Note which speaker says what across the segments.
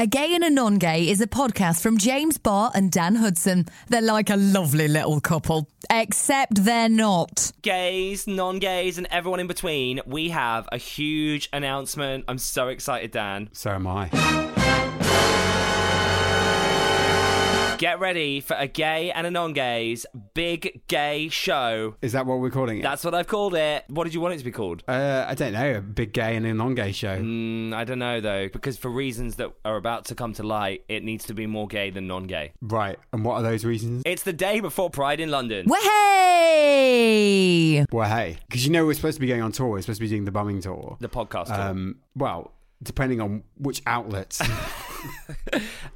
Speaker 1: A Gay and a Non Gay is a podcast from James Barr and Dan Hudson. They're like a lovely little couple, except they're not.
Speaker 2: gays, non gays, and everyone in between, we have a huge announcement. I'm so excited, Dan.
Speaker 3: So am I.
Speaker 2: Get ready for a gay and a non gays big gay show.
Speaker 3: Is that what we're calling it?
Speaker 2: That's what I've called it. What did you want it to be called?
Speaker 3: uh, I don't know. A big gay and a non-gay show.
Speaker 2: Mm, I don't know though, because for reasons that are about to come to light, it needs to be more gay than non gay.
Speaker 3: Right. And what are those reasons?
Speaker 2: It's the day before Pride in London.
Speaker 1: Wahey!
Speaker 3: Well, hey, because you know we're supposed to be going on tour. We're supposed to be doing the bumming tour.
Speaker 2: The podcast. tour.
Speaker 3: um, well, depending on which outlets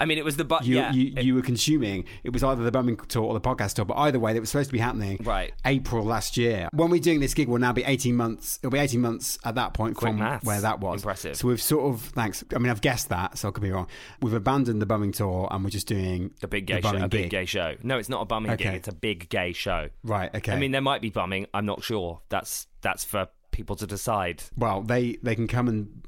Speaker 2: I mean, it was the but.
Speaker 3: you,
Speaker 2: yeah.
Speaker 3: you, you were consuming, it was either the bumming tour or the podcast tour. But either way, that was supposed to be happening.
Speaker 2: Right.
Speaker 3: April last year. When we're doing this gig, will now be eighteen months. It'll be eighteen months at that point
Speaker 2: Quick
Speaker 3: from
Speaker 2: maths.
Speaker 3: where that was.
Speaker 2: Impressive.
Speaker 3: So we've sort of thanks. I mean, I've guessed that, so I could be wrong. We've abandoned the bumming tour and we're just doing
Speaker 2: the big gay show.
Speaker 3: bumming
Speaker 2: A big
Speaker 3: gig.
Speaker 2: gay show. No, it's not a bumming gig.
Speaker 3: Okay.
Speaker 2: It's a big gay show.
Speaker 3: Right. Okay.
Speaker 2: I mean, there might be bumming. I'm not sure. That's that's for people to decide.
Speaker 3: well, they they can come and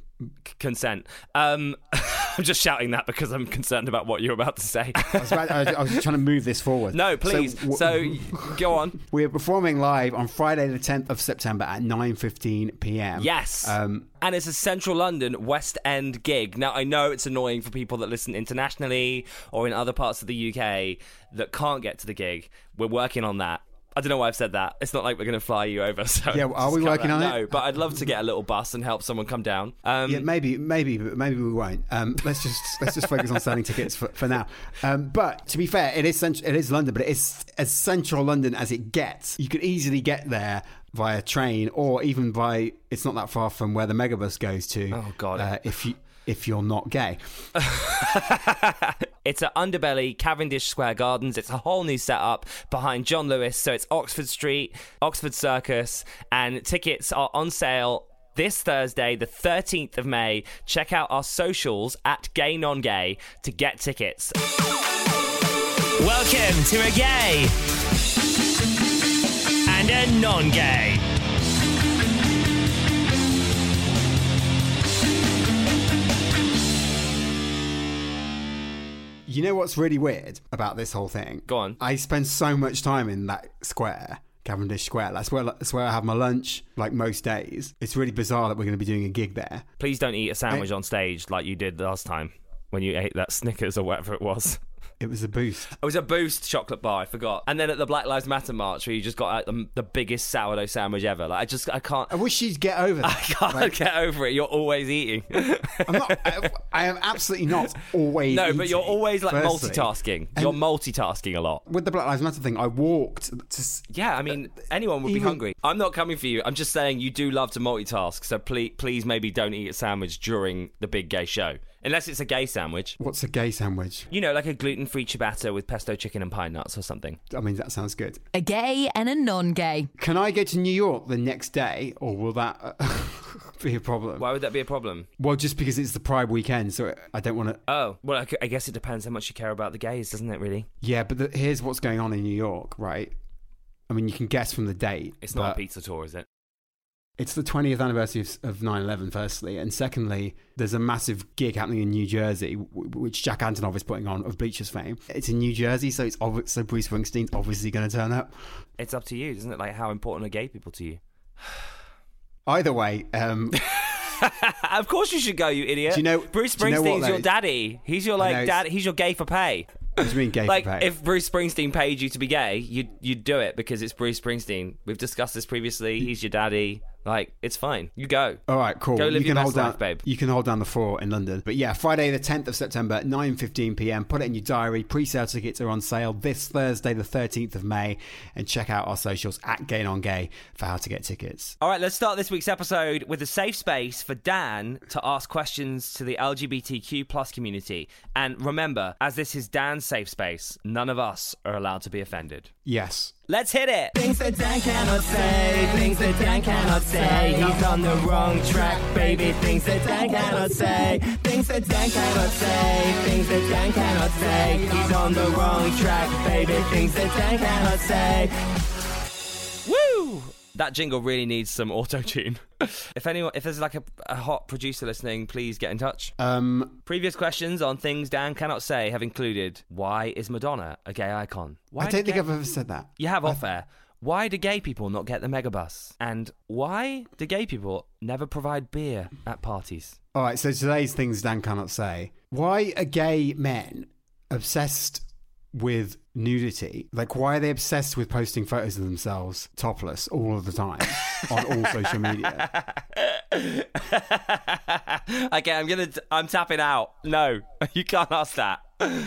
Speaker 2: C- consent. Um, I'm just shouting that because I'm concerned about what you're about to say.
Speaker 3: I was, about, I was, I was trying to move this forward.
Speaker 2: no, please. So,
Speaker 3: w-
Speaker 2: y- go on.
Speaker 3: we are performing live on Friday the 10th of September at 9:15 p.m.
Speaker 2: Yes.
Speaker 3: Um,
Speaker 2: and it's a central London West End gig. Now, I know it's annoying for people that listen internationally or in other parts of the UK that can't get to the gig. We're working on that. I don't know why I've said that. It's not like we're going to fly you over. So
Speaker 3: Yeah, well, are
Speaker 2: just
Speaker 3: we
Speaker 2: cut
Speaker 3: working
Speaker 2: that.
Speaker 3: on it?
Speaker 2: No, but I'd love to get a little bus and help someone come down. Um,
Speaker 3: Yeah, maybe, maybe, but maybe we won't. Um, let's just let's just focus on selling tickets for, for now. Um, but to be fair, it is cent- it is London, but it is as central London as it gets. You could easily get there via train, or even by it's not that far from where the megabus goes to.
Speaker 2: Oh, God.
Speaker 3: Uh, if you if you're not gay,
Speaker 2: it's at Underbelly, Cavendish Square Gardens. It's a whole new setup behind John Lewis. So it's Oxford Street, Oxford Circus, and tickets are on sale this Thursday, the 13th of May. Check out our socials at Gay Non Gay to get tickets. Welcome to a gay and a non gay.
Speaker 3: You know what's really weird about this whole thing?
Speaker 2: Go on.
Speaker 3: I spend so much time in that square, Cavendish Square. That's where that's where I have my lunch, like most days. It's really bizarre that we're going to be doing a gig there.
Speaker 2: Please don't eat a sandwich on stage like you did last time when you ate that Snickers or whatever it was.
Speaker 3: It was a boost.
Speaker 2: It was a Boost chocolate bar. I forgot. And then at the Black Lives Matter march, where you just got like, the, the biggest sourdough sandwich ever. Like I just, I can't,
Speaker 3: I wish you'd get over
Speaker 2: I
Speaker 3: that.
Speaker 2: can't get over it. You're always eating.
Speaker 3: I'm not. I, I am absolutely not always.
Speaker 2: no, but
Speaker 3: eating,
Speaker 2: you're always like
Speaker 3: firstly.
Speaker 2: multitasking. You're multitasking a lot.
Speaker 3: With the Black Lives Matter thing, I walked to. s-
Speaker 2: Yeah, I mean, anyone would be
Speaker 3: Uh, even-
Speaker 2: hungry. I'm not coming for you. I'm just saying you do love to multitask. So please, please, maybe don't eat a sandwich during the big gay show, unless it's a gay sandwich.
Speaker 3: What's a gay sandwich?
Speaker 2: You know, like a gluten-free ciabatta with pesto chicken and pine nuts or something.
Speaker 3: I mean, that sounds good.
Speaker 1: A gay and a non gay.
Speaker 3: Can I go to New York the next day, or will that uh, be a problem?
Speaker 2: Why would that be a problem?
Speaker 3: Well, just because it's the Pride weekend, so I don't want to.
Speaker 2: Oh, well, I c- I guess it depends how much you care about the gays, doesn't it? Really.
Speaker 3: Yeah, but the, here's what's going on in New York, right? I mean, you can guess from the date.
Speaker 2: It's not a
Speaker 3: but
Speaker 2: pizza tour, is it?
Speaker 3: It's the 20th anniversary of, of 9/11, firstly, and secondly, there's a massive gig happening in New Jersey, w- which Jack Antonoff is putting on of Bleachers fame. It's in New Jersey, so it's obvi- so Bruce Springsteen's obviously going to turn up.
Speaker 2: It's up to you, isn't it? Like how important are gay people to you?
Speaker 3: Either way, um,
Speaker 2: of course you should go, you idiot.
Speaker 3: Do you know-
Speaker 2: Bruce
Speaker 3: do you know
Speaker 2: Springsteen's
Speaker 3: what, though?
Speaker 2: your daddy. He's your
Speaker 3: know,
Speaker 2: like
Speaker 3: it's-
Speaker 2: dad. He's your gay for pay.
Speaker 3: what do you mean gay for
Speaker 2: Like
Speaker 3: pay?
Speaker 2: if Bruce Springsteen
Speaker 3: Mm.
Speaker 2: paid you to be gay, you'd you'd do it because it's Bruce Springsteen. We've discussed this previously. He's your daddy. Like it's fine. You go.
Speaker 3: All right, cool.
Speaker 2: Go live
Speaker 3: you
Speaker 2: your best
Speaker 3: can hold down,
Speaker 2: life, babe.
Speaker 3: You can hold down the fort in London. But yeah, Friday the 10th of September, 9:15 p.m. Put it in your diary. Pre-sale tickets are on sale this Thursday, the 13th of May, and check out our socials at Gain on Gay for how to get tickets.
Speaker 2: All right, let's start this week's episode with a safe space for Dan to ask questions to the LGBTQ plus community. And remember, as this is Dan's safe space, none of us are allowed to be offended.
Speaker 3: Yes.
Speaker 2: Let's hit it.
Speaker 4: Things that Dan cannot say, things that Dan cannot say. He's on the wrong track, baby. Things that Dan cannot say, things that Dan cannot say, things that Dan cannot say. He's on the wrong track, baby. Things that Dan cannot say.
Speaker 2: Woo! That jingle really needs some auto tune. if anyone, if there's like a, a hot producer listening, please get in touch.
Speaker 3: Um
Speaker 2: Previous questions on things Dan cannot say have included: Why is Madonna a gay icon? Why
Speaker 3: I
Speaker 2: do
Speaker 3: don't think
Speaker 2: gay-
Speaker 3: I've ever said that.
Speaker 2: You have off air. Why do gay people not get the megabus? And why do gay people never provide beer at parties?
Speaker 3: All right, so today's things Dan cannot say. Why are gay men obsessed with nudity? Like, why are they obsessed with posting photos of themselves topless all of the time on all social media?
Speaker 2: okay, I'm gonna. I'm tapping out. No, you can't ask that.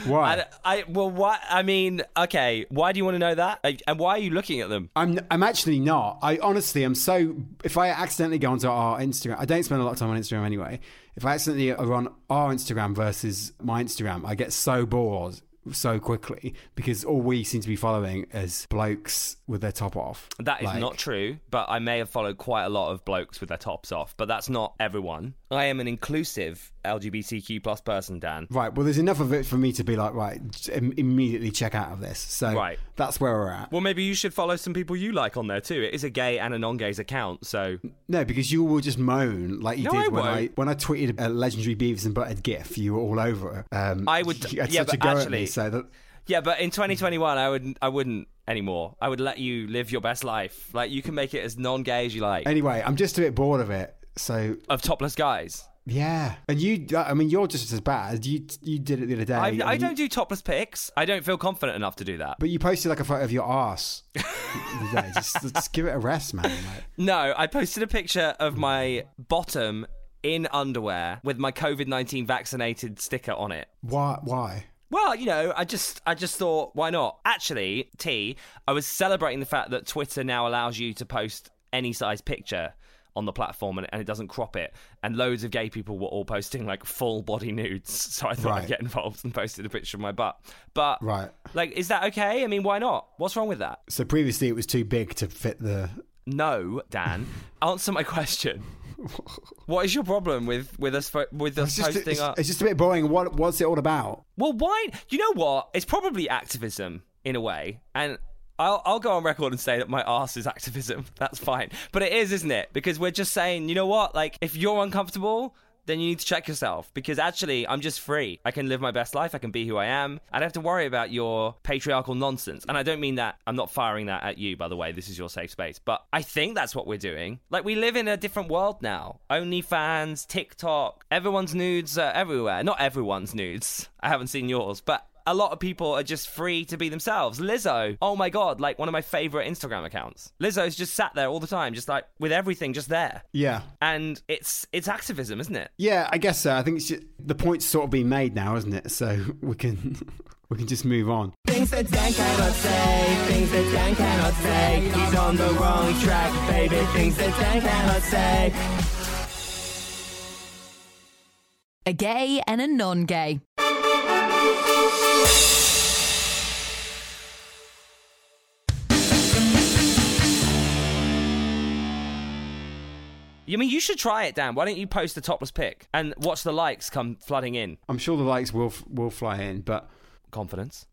Speaker 3: Why?
Speaker 2: I, I well, why? I mean, okay. Why do you want to know that? Uh, And why are you looking at them?
Speaker 3: I'm I'm actually not. I honestly am so. If I accidentally go onto our Instagram, I don't spend a lot of time on Instagram anyway. If I accidentally are on our Instagram versus my Instagram, I get so bored so quickly because all we seem to be following is blokes with their top off.
Speaker 2: That is
Speaker 3: Like-
Speaker 2: not true, but I may have followed quite a lot of blokes with their tops off, but that's not everyone. I am an inclusive LGBTQ plus person, Dan.
Speaker 3: Right. Well, there's enough of it for me to be like, right, j- im- immediately check out of this. So
Speaker 2: Right.
Speaker 3: that's where we're at.
Speaker 2: Well, maybe you should follow some people you like on there too. It is a gay and a non-gay's account, so
Speaker 3: No, because you will just moan like you
Speaker 2: No,
Speaker 3: did
Speaker 2: I
Speaker 3: when
Speaker 2: won't.
Speaker 3: I when I tweeted a legendary Beavis and Butthead gif. You were all over it. Um,
Speaker 2: I would-
Speaker 3: you had
Speaker 2: yeah,
Speaker 3: such a
Speaker 2: but
Speaker 3: go at
Speaker 2: actually-
Speaker 3: me, so that
Speaker 2: yeah. But in 2021, I would I wouldn't anymore. I would let you live your best life. Like you can make it as non-gay as you like
Speaker 3: Anyway, I'm just a bit bored of it. So
Speaker 2: of topless guys.
Speaker 3: yeah, and you, I mean, you're just as bad. You you did it the other day.
Speaker 2: I,
Speaker 3: and
Speaker 2: I
Speaker 3: you-
Speaker 2: don't do topless pics. I don't feel confident enough to do that.
Speaker 3: But you posted like a photo of your ass. the other day. just, just give it a rest, man. Like,
Speaker 2: No, I posted a picture of my bottom in underwear with my COVID 19 vaccinated sticker on it.
Speaker 3: why? Why?
Speaker 2: Well, you know, I just I just thought why not? Actually, T, I was celebrating the fact that Twitter now allows you to post any size picture on the platform and, and it doesn't crop it. And loads of gay people were all posting like full body nudes, so I thought I'd
Speaker 3: Right.
Speaker 2: get involved and posted a picture of my butt. But
Speaker 3: Right.
Speaker 2: like is that okay? I mean, why not? What's wrong with that?
Speaker 3: So previously it was too big to fit the.
Speaker 2: No, Dan, answer my question. What is your problem with with us fo- with us
Speaker 3: It's just,
Speaker 2: posting
Speaker 3: it's,
Speaker 2: up?
Speaker 3: it's just a bit boring. What what's it all about?
Speaker 2: Well, why? You know what? It's probably activism in a way, and I'll I'll go on record and say that my ass is activism. That's fine, but it is, isn't it? Because we're just saying, you know what? Like, if you're uncomfortable. Then you need to check yourself because actually, I'm just free. I can live my best life. I can be who I am. I don't have to worry about your patriarchal nonsense. And I don't mean that. I'm not firing that at you, by the way. This is your safe space. But I think that's what we're doing. Like, we live in a different world now. OnlyFans, TikTok, everyone's nudes are everywhere. Not everyone's nudes. I haven't seen yours, but a lot of people are just free to be themselves. Lizzo, oh my god, like one of my favorite Instagram accounts. Lizzo's just sat there all the time, just like with everything just there.
Speaker 3: Yeah.
Speaker 2: And it's it's activism, isn't it?
Speaker 3: Yeah, I guess so. I think it's ju- the point's sort of been made now, isn't it? So we can we can just move on.
Speaker 4: Things that Dan cannot say, things that Dan cannot say. He's on the wrong track, baby. Things that Dan cannot say.
Speaker 1: A gay and a non gay.
Speaker 2: You mean you should try it, Dan. Why don't you post a topless pic and watch the likes come flooding in?
Speaker 3: I'm sure the likes will f- will fly in, but
Speaker 2: Confidence.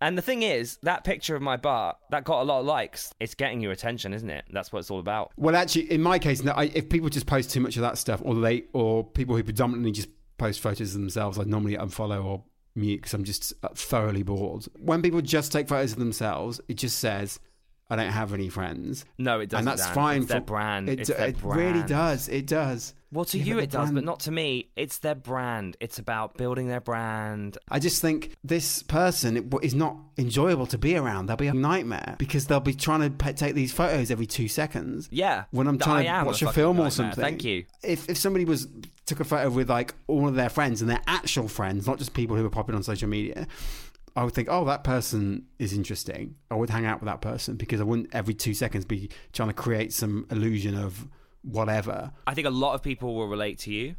Speaker 2: And the thing is, that picture of my butt that got a lot of likes. It's getting your attention, isn't it? That's what it's all about.
Speaker 3: Well, actually, in my case, no, I, if people just post too much of that stuff, or they, or people who predominantly just post photos of themselves, I normally unfollow or uh, mute because I'm just thoroughly bored. When people just take photos of themselves, it just says, I don't have any friends.
Speaker 2: No, it doesn't,
Speaker 3: And that's
Speaker 2: Dan.
Speaker 3: fine.
Speaker 2: It's their
Speaker 3: for-
Speaker 2: brand.
Speaker 3: It,
Speaker 2: It's their
Speaker 3: it really
Speaker 2: brand.
Speaker 3: does. It does.
Speaker 2: Well, to
Speaker 3: Yeah,
Speaker 2: you
Speaker 3: the
Speaker 2: it does, but
Speaker 3: brand-
Speaker 2: not to me. It's their brand. It's about building their brand.
Speaker 3: I just think this person is not enjoyable to be around. They'll be a nightmare because they'll be trying to pe- take these photos every two seconds.
Speaker 2: Yeah,
Speaker 3: When I'm
Speaker 2: th-
Speaker 3: trying
Speaker 2: I am
Speaker 3: to
Speaker 2: a
Speaker 3: watch a
Speaker 2: fucking
Speaker 3: film or
Speaker 2: nightmare.
Speaker 3: something.
Speaker 2: Thank you.
Speaker 3: If, if somebody was took a photo with like all of their friends and their actual friends, not just people who are popular on social media, I would think, oh, that person is interesting. I would hang out with that person because I wouldn't every two seconds be trying to create some illusion of whatever.
Speaker 2: I think a lot of people will relate to you.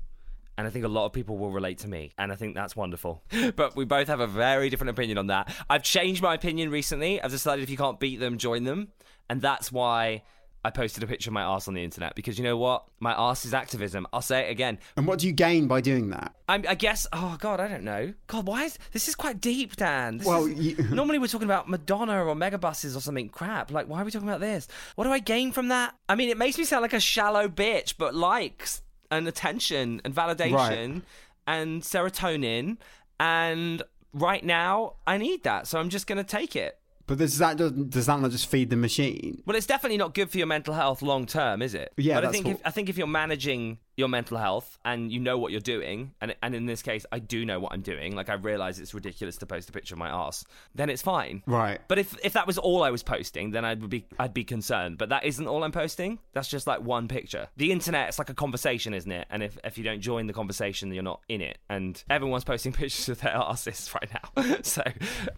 Speaker 2: And I think a lot of people will relate to me. And I think that's wonderful. But we both have a very different opinion on that. I've changed my opinion recently. I've decided if you can't beat them, join them. And that's why I posted a picture of my arse on the internet. Because you know what? My arse is activism. I'll say it again.
Speaker 3: And what do you gain by doing that?
Speaker 2: I'm, I guess. Oh God, I don't know. God, why is this is quite deep, Dan? This
Speaker 3: Well,
Speaker 2: is-
Speaker 3: you-
Speaker 2: normally we're talking about Madonna or megabuses or something crap. Like, why are we talking about this? What do I gain from that? I mean, it makes me sound like a shallow bitch, but likes and attention and validation and serotonin and right now I need that, so I'm just gonna take it.
Speaker 3: But does that does that not just feed the machine?
Speaker 2: Well, it's definitely not good for your mental health long term, is it?
Speaker 3: Yeah,
Speaker 2: But I
Speaker 3: that's
Speaker 2: think if,
Speaker 3: what-
Speaker 2: I think if you're managing your mental health and you know what you're doing, and and in this case, I do know what I'm doing. Like I realize it's ridiculous to post a picture of my ass. Then it's fine.
Speaker 3: Right.
Speaker 2: But if if that was all I was posting, then I'd be I'd be concerned. But that isn't all I'm posting. That's just like one picture. The internet, it's like a conversation, isn't it? And if if you don't join the conversation, then you're not in it. And everyone's posting pictures of their asses right now. so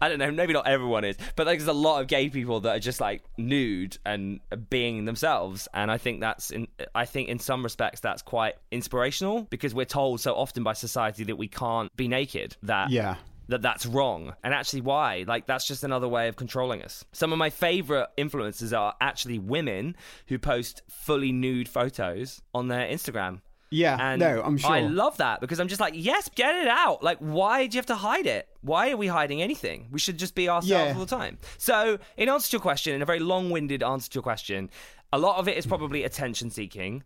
Speaker 2: I don't know. Maybe not everyone is, but like, there's a lot of gay people that are just like nude and being themselves. And I think that's in I think in some respects that's quite inspirational because we're told so often by society that we can't be naked. That
Speaker 3: Yeah.
Speaker 2: that that's wrong and actually why like that's just another way of controlling us some of my favorite influencers are actually women who post fully nude photos on their instagram
Speaker 3: Yeah,
Speaker 2: and
Speaker 3: no, I'm sure.
Speaker 2: i love that because i'm just like yes get it out like why do you have to hide it why are we hiding anything we should just be ourselves
Speaker 3: Yeah.
Speaker 2: all the time so in answer to your question in a very long-winded answer to your question a lot of it is probably attention seeking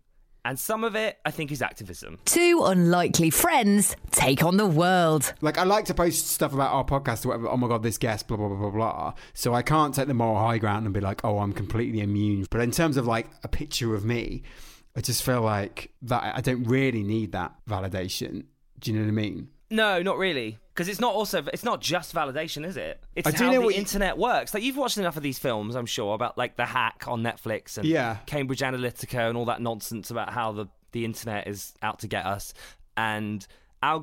Speaker 2: and some of it i think is activism
Speaker 1: Two unlikely friends take on the world.
Speaker 3: Like I like to post stuff about our podcast or whatever. Oh my god, this guest, blah blah blah blah blah. So I can't take the moral high ground and be like, oh, I'm completely immune. But in terms of like a picture of me, I just feel like that I don't really need that validation. Do you know what I mean?
Speaker 2: No, not really. Because it's not also it's not just validation, is it? It's
Speaker 3: I do
Speaker 2: how
Speaker 3: know
Speaker 2: the
Speaker 3: what you-
Speaker 2: internet works. Like you've watched enough of these films, I'm sure, about like the hack on Netflix and
Speaker 3: Yeah.
Speaker 2: Cambridge Analytica and all that nonsense about how the the internet is out to get us and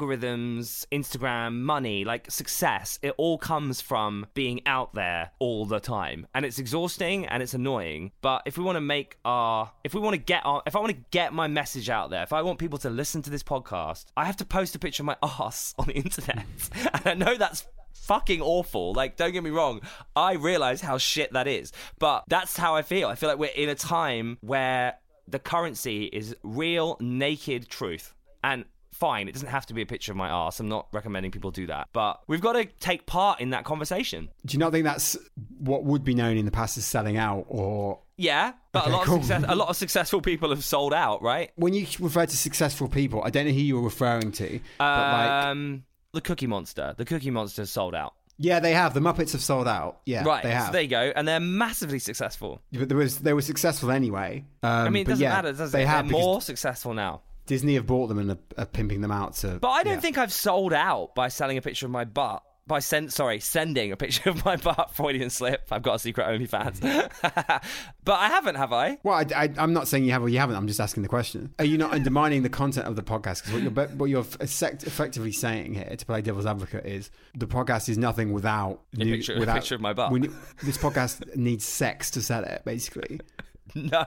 Speaker 2: algorithms, Instagram, money, like success. It all comes from being out there all the time, and it's exhausting and it's annoying. But if we want to make our, if we want to get our, if I want to get my message out there, if I want people to listen to this podcast, I have to post a picture of my ass on the internet, and I know that's fucking awful. Like, don't get me wrong, I realize how shit that is, but that's how I feel. I feel like we're in a time where the currency is real, naked truth. And fine, it doesn't have to be a picture of my ass. I'm not recommending people do that, but we've got to take part in that conversation.
Speaker 3: Do you not think that's what would be known in the past as selling out? Or
Speaker 2: Yeah, but
Speaker 3: Okay,
Speaker 2: a lot
Speaker 3: cool.
Speaker 2: of success, a lot of successful people have sold out, right?
Speaker 3: when you refer to successful people, I don't know who you're referring to, but like,
Speaker 2: Um, the Cookie Monster, the Cookie Monster sold out.
Speaker 3: yeah, they have. The Muppets have sold out. Yeah,
Speaker 2: Right,
Speaker 3: they
Speaker 2: so
Speaker 3: have.
Speaker 2: there you go, and they're massively successful.
Speaker 3: but there was they were successful anyway. Um,
Speaker 2: I mean, it
Speaker 3: but
Speaker 2: doesn't
Speaker 3: yeah,
Speaker 2: matter, does
Speaker 3: they
Speaker 2: it?
Speaker 3: have
Speaker 2: they're
Speaker 3: because
Speaker 2: more successful now.
Speaker 3: Disney have bought them and are, are pimping them out to.
Speaker 2: But I don't
Speaker 3: yeah.
Speaker 2: think I've sold out by selling a picture of my butt. By send, sorry, sending a picture of my butt, Freudian slip. I've got a secret OnlyFans, but I haven't, have I?
Speaker 3: Well, I, am not saying you have or you haven't. I'm just asking the question. Are you not undermining the content of the podcast? Because what you're, be- what you're effect- effectively saying here, to play devil's advocate, is the podcast is nothing without
Speaker 2: A picture- a
Speaker 3: without
Speaker 2: picture of my butt.
Speaker 3: we ne- this podcast needs sex to sell it, basically.
Speaker 2: No,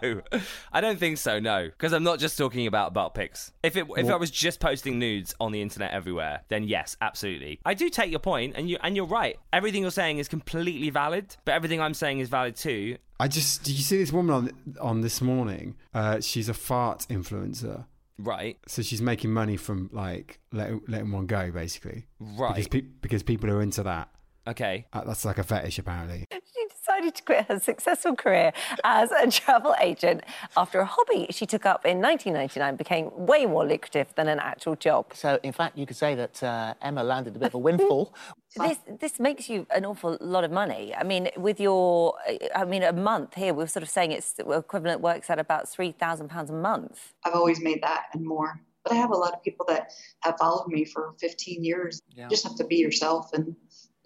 Speaker 2: I don't think so. No, because I'm not just talking about butt pics. If it if I was just posting nudes on the internet everywhere, then yes, absolutely. I do take your point, and you and you're right. Everything you're saying is completely valid, but everything I'm saying is valid too.
Speaker 3: I just did you see this woman on on this morning? Uh, she's a fart influencer,
Speaker 2: Right,
Speaker 3: so she's making money from like letting, letting one go, basically.
Speaker 2: Right.
Speaker 3: Because, pe- because people are into that.
Speaker 2: okay.
Speaker 3: Uh, that's like a fetish, apparently.
Speaker 5: she decided decided to quit her successful career as a travel agent after a hobby she took up in 1999 became way more lucrative than an actual job.
Speaker 6: So, in fact, you could say that uh, Emma landed a bit of a windfall.
Speaker 5: This this makes you an awful lot of money. I mean, with your, I mean, a month here, we are sort of saying it's equivalent works at about three thousand pounds a month.
Speaker 7: I've always made that and more. But I have a lot of people that have followed me for 15 years. You just have to be yourself and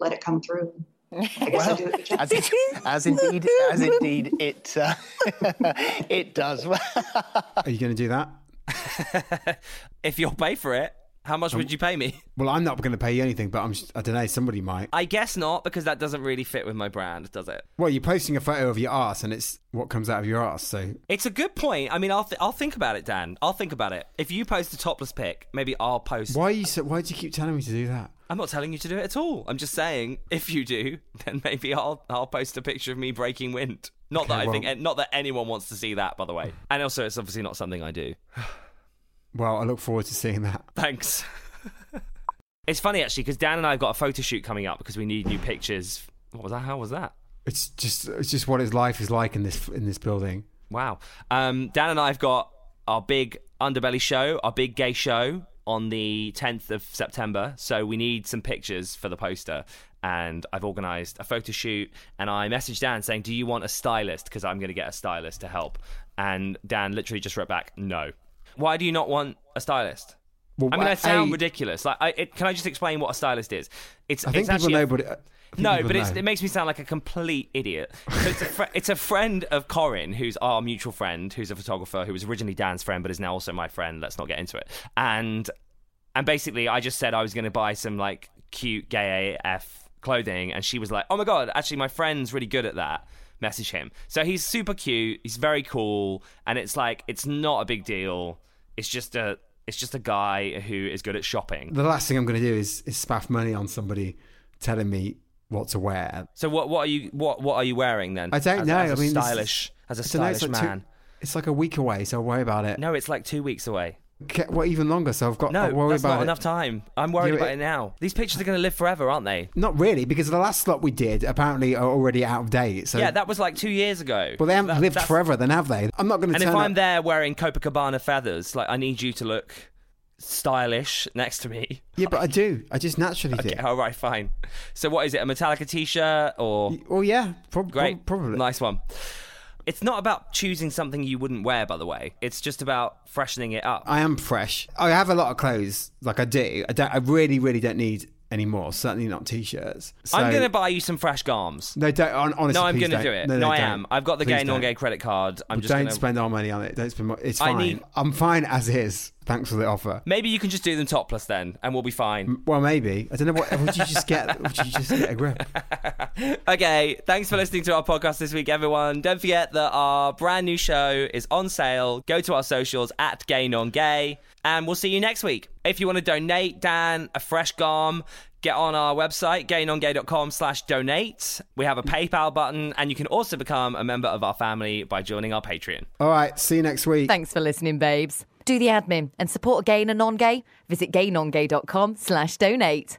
Speaker 7: let it come through. I guess I do a good job.
Speaker 6: as, it, as indeed, as indeed it uh, it does.
Speaker 3: Are you going to do that?
Speaker 2: if you'll pay for it, how much would you pay me?
Speaker 3: Well, I'm not going to pay you anything, but I'm. Just, I don't know. Somebody might.
Speaker 2: I guess not, because that doesn't really fit with my brand, does it?
Speaker 3: Well, you're posting a photo of your ass, and it's what comes out of your ass. So
Speaker 2: It's a good point. I mean, I'll th- I'll think about it, Dan. I'll think about it. If you post a topless pic, maybe I'll post.
Speaker 3: why are you? So, why do you keep telling me to do that?
Speaker 2: I'm not telling you to do it at all. I'm just saying if you do, then maybe I'll I'll post a picture of me breaking wind. Not that I
Speaker 3: well-
Speaker 2: think, not that anyone wants to see that, by the way. And also, it's obviously not something I do.
Speaker 3: Well, I look forward to seeing that.
Speaker 2: Thanks. it's funny actually because Dan and I have got a photo shoot coming up because we need new pictures. What was that? How was that?
Speaker 3: It's just. It's just what his life is like in this in this building.
Speaker 2: Wow. Um, Dan and I have got our big underbelly show, our big gay show on the 10th of September. So we need some pictures for the poster. And I've organised a photo shoot. And I messaged Dan saying, Do you want a stylist? Because I'm going to get a stylist to help. And Dan literally just wrote back, No. Why do you not want a stylist?
Speaker 3: Well,
Speaker 2: I mean, I sound
Speaker 3: A,
Speaker 2: ridiculous. Like, I, it, can I just explain what a stylist is? It's.
Speaker 3: I think
Speaker 2: it's actually
Speaker 3: people
Speaker 2: a-
Speaker 3: know, but it, I think
Speaker 2: no,
Speaker 3: people
Speaker 2: but it's,
Speaker 3: know.
Speaker 2: it makes me sound like a complete idiot. So it's, a fr- it's a friend of Corin, who's our mutual friend, who's a photographer, who was originally Dan's friend, but is now also my friend. Let's not get into it. And and basically, I just said I was going to buy some like cute gay AF clothing, and she was like, "Oh my god, actually, my friend's really good at that." Message him. So he's super cute. He's very cool, and it's like it's not a big deal. It's just a it's just a guy who is good at shopping.
Speaker 3: the last thing I'm going to do is is spaff money on somebody telling me what to wear.
Speaker 2: So what what are you what what are you wearing then?
Speaker 3: I don't
Speaker 2: As-
Speaker 3: know.
Speaker 2: As a
Speaker 3: I mean, this is-
Speaker 2: stylish as a
Speaker 3: I don't know,
Speaker 2: stylish
Speaker 3: it's like two-
Speaker 2: man.
Speaker 3: it's like a week away, so I'll worry about it.
Speaker 2: No, it's like two weeks away.
Speaker 3: Okay, well, even longer, so I've got.
Speaker 2: No,
Speaker 3: I'll worry
Speaker 2: that's
Speaker 3: about
Speaker 2: not
Speaker 3: it.
Speaker 2: enough time. I'm worried
Speaker 3: You-
Speaker 2: about it now. These pictures are going to live forever, aren't they?
Speaker 3: Not really, because the last slot we did apparently are already out of date. So
Speaker 2: Yeah, that was like two years ago.
Speaker 3: Well, they haven't
Speaker 2: That-
Speaker 3: lived
Speaker 2: that's-
Speaker 3: forever, then, have they? I'm not going to
Speaker 2: And
Speaker 3: turn
Speaker 2: if I'm
Speaker 3: up-
Speaker 2: there wearing Copacabana feathers, like I need you to look stylish next to me.
Speaker 3: Yeah, but I do. I just naturally do.
Speaker 2: Yeah, all right, fine. So what is it? A Metallica t-shirt or
Speaker 3: Well, yeah, prob-
Speaker 2: Great.
Speaker 3: prob- probably.
Speaker 2: Nice one. It's not about choosing something you wouldn't wear, by the way. It's just about freshening it up.
Speaker 3: I am fresh. I have a lot of clothes, like I do. I, don't, I really, really don't need any more. Certainly not t-shirts. So,
Speaker 2: I'm going to buy you some fresh garms.
Speaker 3: No, don't. hon- Honestly,
Speaker 2: No, I'm
Speaker 3: please
Speaker 2: going to
Speaker 3: don't.
Speaker 2: do it.
Speaker 3: No,
Speaker 2: No,
Speaker 3: no,
Speaker 2: I
Speaker 3: don't.
Speaker 2: am. I've got the
Speaker 3: Please
Speaker 2: gay
Speaker 3: don't.
Speaker 2: non-gay credit card. I'm just
Speaker 3: don't
Speaker 2: going to
Speaker 3: spend our money on it. Don't spend. More. It's
Speaker 2: I
Speaker 3: fine.
Speaker 2: need-
Speaker 3: I'm fine as is. Thanks for the offer.
Speaker 2: Maybe you can just do them topless then, and we'll be fine.
Speaker 3: Well, maybe. I don't know. What would you just get? would you just get a grip?
Speaker 2: Okay, thanks for listening to our podcast this week, everyone. Don't forget that our brand new show is on sale. Go to our socials at Gay Non Gay, and we'll see you next week. If you want to donate Dan a fresh garm, get on our website, gaynongay.com slash donate. We have a PayPal button, and you can also become a member of our family by joining our Patreon.
Speaker 3: All right. See you next week.
Speaker 1: Thanks for listening, babes. Do the admin and support a gay and a non-gay. Visit gaynongay.com slash donate.